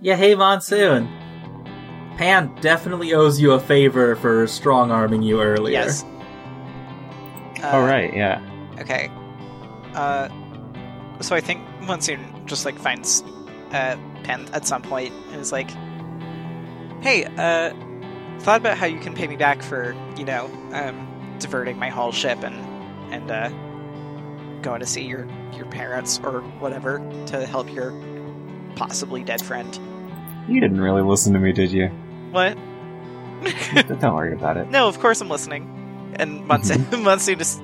Yeah, hey Monsoon. Pan definitely owes you a favor for strong arming you earlier. Yes. Uh, All Oh, right, yeah. Okay. Uh, so I think Monsoon just like finds uh, Pen at some point and is like, "Hey, uh, thought about how you can pay me back for you know um, diverting my haul ship and and uh, going to see your your parents or whatever to help your possibly dead friend." You didn't really listen to me, did you? What? Don't worry about it. No, of course I'm listening. And Monsoon, Monsoon is,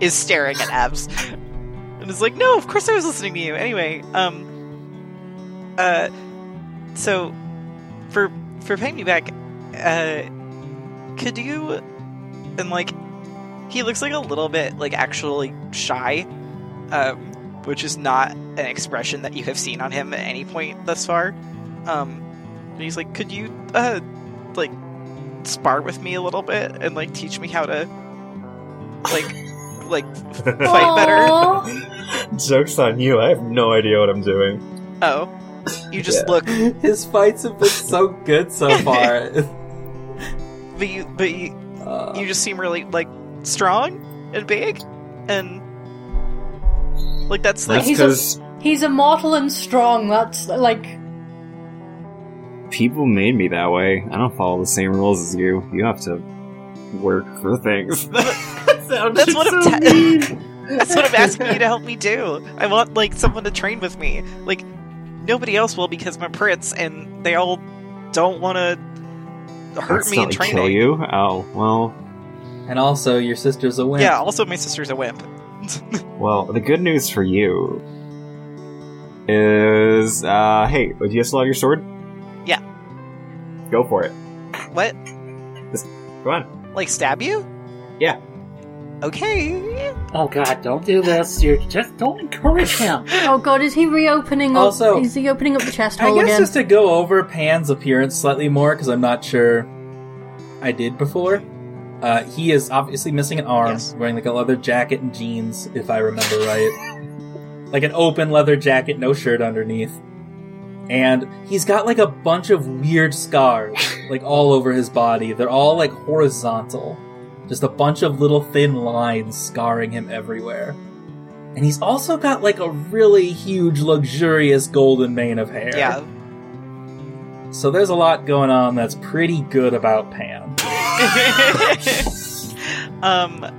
is staring at Abs. And is like, no, of course I was listening to you. Anyway, um, uh, so, for, for paying me back, uh, could you, and like, he looks like a little bit, like, actually shy, um, which is not an expression that you have seen on him at any point thus far. Um, and he's like, could you, uh, like, spar with me a little bit and, like, teach me how to, like, like, fight better? Aw. Joke's on you. I have no idea what I'm doing. Oh, you just Yeah. look, His fights have been so good so far. but you, but you, Uh, you just seem really like strong and big, and like that's like That's He's a- because He's immortal and strong. That's like People made me that way. I don't follow the same rules as you. You have to work for things. that's what I'm ta- that's what I'm asking you to help me do. I want like someone to train with me. Like nobody else will because I'm a prince, and they all don't want to hurt That's me not in like training. kill you. Oh well. and also, your sister's a wimp. Yeah. Also, my sister's a wimp. Well, the good news for you is, uh, hey, do you still have your sword? Yeah. Go for it. What? Come on. Like stab you? Yeah. Okay. Oh god, don't do this. You just don't encourage him. oh god, is he reopening? Also- up, is he opening up the chest I hole guess again? just to go over Pan's appearance slightly more, because I'm not sure I did before. Uh, he is obviously missing an arm, Yes. wearing like a leather jacket and jeans, if I remember right. like an open leather jacket, no shirt underneath. And he's got like a bunch of weird scars, like all over his body. They're all like horizontal. Just a bunch of little thin lines scarring him everywhere. And he's also got like a really huge, luxurious golden mane of hair. Yeah. So there's a lot going on that's pretty good about Pan. um.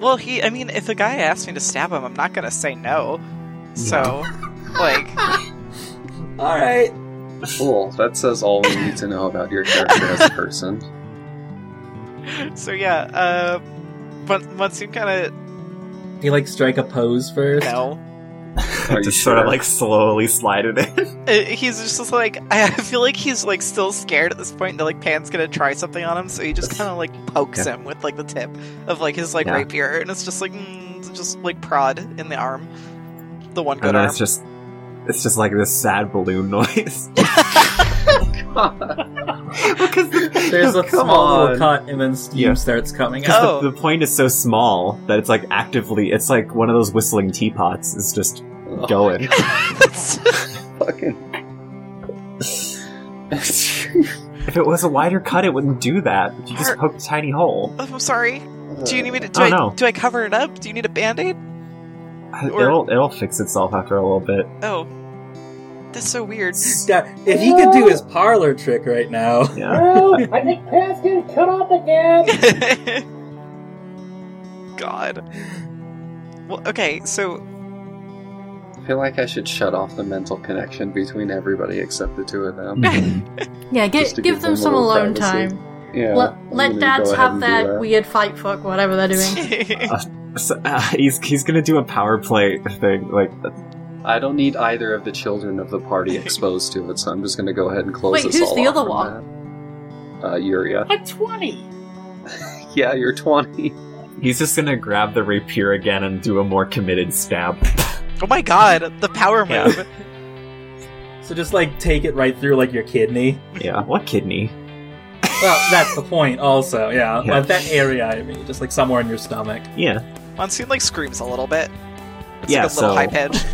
Well, he. I mean, if a guy asks me to stab him, I'm not gonna say no. So, like, All right. Cool. That says all we need to know about your character as a person. so yeah. Uh, but once you kind of You like strike a pose first. know, Are you Just sort of sure? like slowly slide it in. uh, he's just like, I feel like he's like still scared at this point that like Pan's gonna try something on him, so he just kind of like pokes him with like the tip of like his like Yeah. rapier, and it's just like, mm, just like prod in the arm, the one good And then arm. Oh, it's just, it's just like this sad balloon noise. because the, There's a come small on. little cut, and then steam Yeah. starts coming out. Oh. The point is so small that it's like actively, it's like one of those whistling teapots is just Oh going. That's- Fucking. if it was a wider cut, it wouldn't do that. You just Are- poked a tiny hole. I'm sorry. uh, Do you need me to do, Oh, I, no. do I cover it up? Do you need a band-aid? or- It'll it'll fix itself after a little bit. Oh. That's so weird. Yeah, If he could do his parlor trick right now, Yeah. Oh, I think Pan's getting cut off again. God. Well, okay, so I feel like I should shut off the mental connection between everybody except the two of them. yeah, get, just to give give them them a some little alone privacy. time. Yeah. let I'm let gonna dads go ahead have and do their that. weird fight fuck whatever they're doing. I So, uh, he's he's gonna do a power play thing. Like I don't need either of the children of the party exposed to it, so I'm just going to go ahead and close Wait, this who's all the off other one? from that. Uh, Yuria. I'm 20. Yeah, you're 20. he's just gonna grab the rapier again and do a more committed stab. Oh my god, the power Yeah. move. so just like take it right through like your kidney. yeah. What kidney? Well, that's the point. Also, yeah, Yeah. like that area. I mean, just like somewhere in your stomach. Yeah. Monsoon like screams a little bit. It's Yeah, like a little so- high pitch.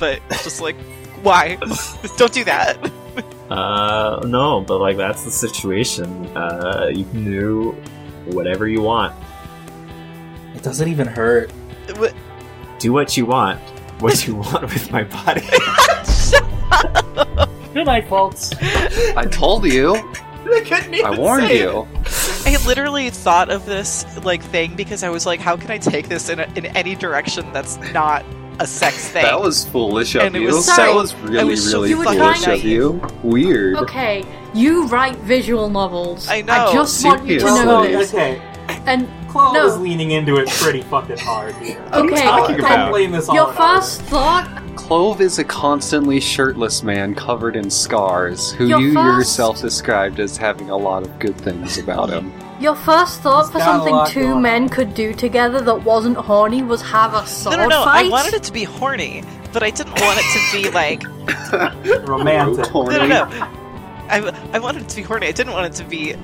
But it's just like Why? Don't do that. Uh, no, but like that's the situation. Uh, you can do whatever you want. It doesn't even hurt. What- Do what you want. What you want with my body. Good night, folks. I told you. I couldn't even I warned say it. you. I literally thought of this like thing because I was like, how can I take this in, a, in any direction that's not a sex thing? That was foolish of And it you. was- that Sorry. was I really, was so really fucking foolish of naive. you. Weird. Okay, you write visual novels. I know, I just want you to seriously. know Okay. this. And Claw No. is leaning into it pretty fucking hard here. What are you Okay, talking then- about? blame this your on first thought, Clove is a constantly shirtless man covered in scars who Your you first- yourself described as having a lot of good things about him. your first thought He's for got a something lot going two on. men could do together that wasn't horny was have a sword no, no, no. fight. I wanted it to be horny, but I didn't want it to be like ours. romantic. Corny. no, no, no. I, I wanted it to be horny. I didn't want it to be uh,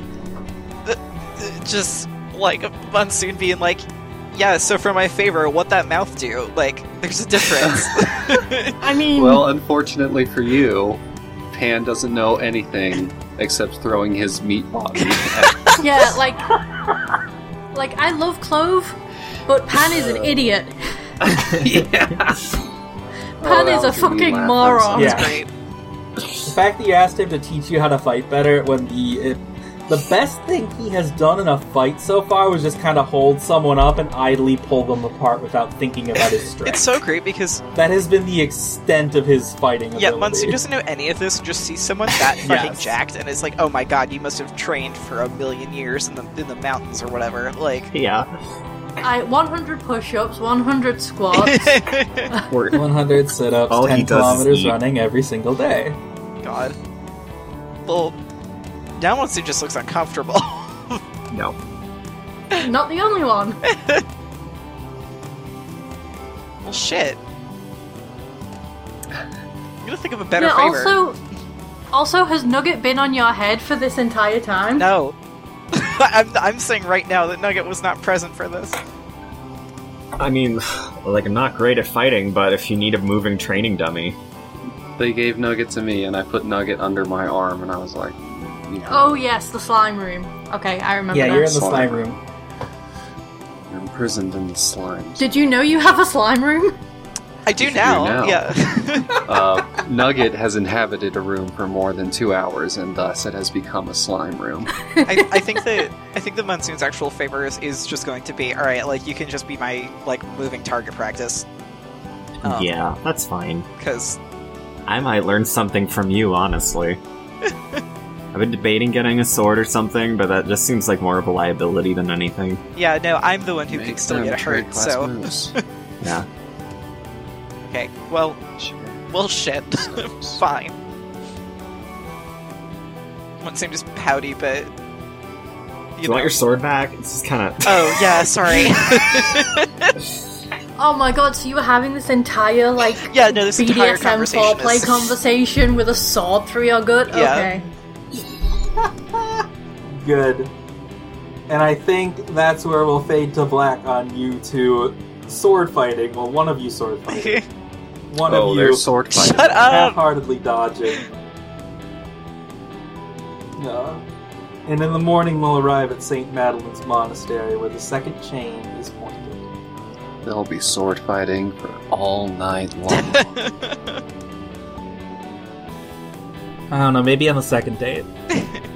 uh, just like monsoon being like, yeah. So for my favor, what that mouth do? Like, there's a difference. I mean, Well, unfortunately for you, Pan doesn't know anything except throwing his meat body. at- yeah, like, like I love Clove, but Pan is an idiot. Oh, Pan that is a was gonna be fucking laugh. I'm moron. sorry. Yeah. Great. The fact that you asked him to teach you how to fight better when the it, the best thing he has done in a fight so far was just kind of hold someone up and idly pull them apart without thinking about his strength. It's so great because that has been the extent of his fighting ability. yeah, Monsoon doesn't know any of this. and Just sees someone that Yes. fucking jacked, and it's like, oh my god, you must have trained for a million years in the in the mountains or whatever. Like, Yeah. I 100 push-ups, 100 squats. god, We're- 100 sit-ups, All 10 he does is kilometers eat. running every single day. well, now Monsoon just looks uncomfortable. no. Not the only one. well, shit. I'm gonna think of a better Yeah, favor. Also, also, has Nugget been on your head for this entire time? No. I'm, I'm saying right now that Nugget was not present for this. I mean, like I'm not great at fighting, but if you need a moving training dummy, They gave Nugget to me, and I put Nugget under my arm, and I was like, you know, Oh yes, the slime room. Okay, I remember. Yeah, now. you're in the Slime. slime room. you're imprisoned in the slimes. Did you know you have a slime room? I do You do now. now. Yeah. Uh, Nugget has inhabited a room for more than two hours, and thus it has become a slime room. I, I think that I think the monsoon's actual favor is, is just going to be all right. Like you can just be my like moving target practice. Um, yeah, that's fine. Because I might learn something from you, honestly. I've been debating getting a sword or something, but that just seems like more of a liability than anything. yeah, no, I'm the one who Make can still them get trade hurt. class So moves. Yeah. okay. Well, Sure. well, shit. Fine. Monsoon just pouty, but Do you you know. want your sword back? It's just kind of. oh yeah, sorry. Oh my god! So you were having this entire like yeah, no, this entire BDSM conversation foreplay is conversation with a sword through your gut. Yeah. Okay. Good. And I think that's where we'll fade to black on you two sword fighting. Well, one of you sword fighting. One Oh, of you there's sword fight. shut up. half-heartedly dodging. Uh, and in the morning, we'll arrive at St. Madeline's Monastery, where the second chain is pointed. There'll be sword fighting for all night long. I don't know, maybe on the second date.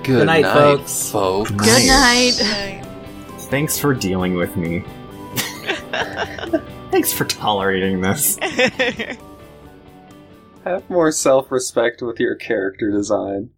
Good night, night, folks. folks. Good Nice. night. Thanks for dealing with me. Thanks for tolerating this. Have more self respect with your character design.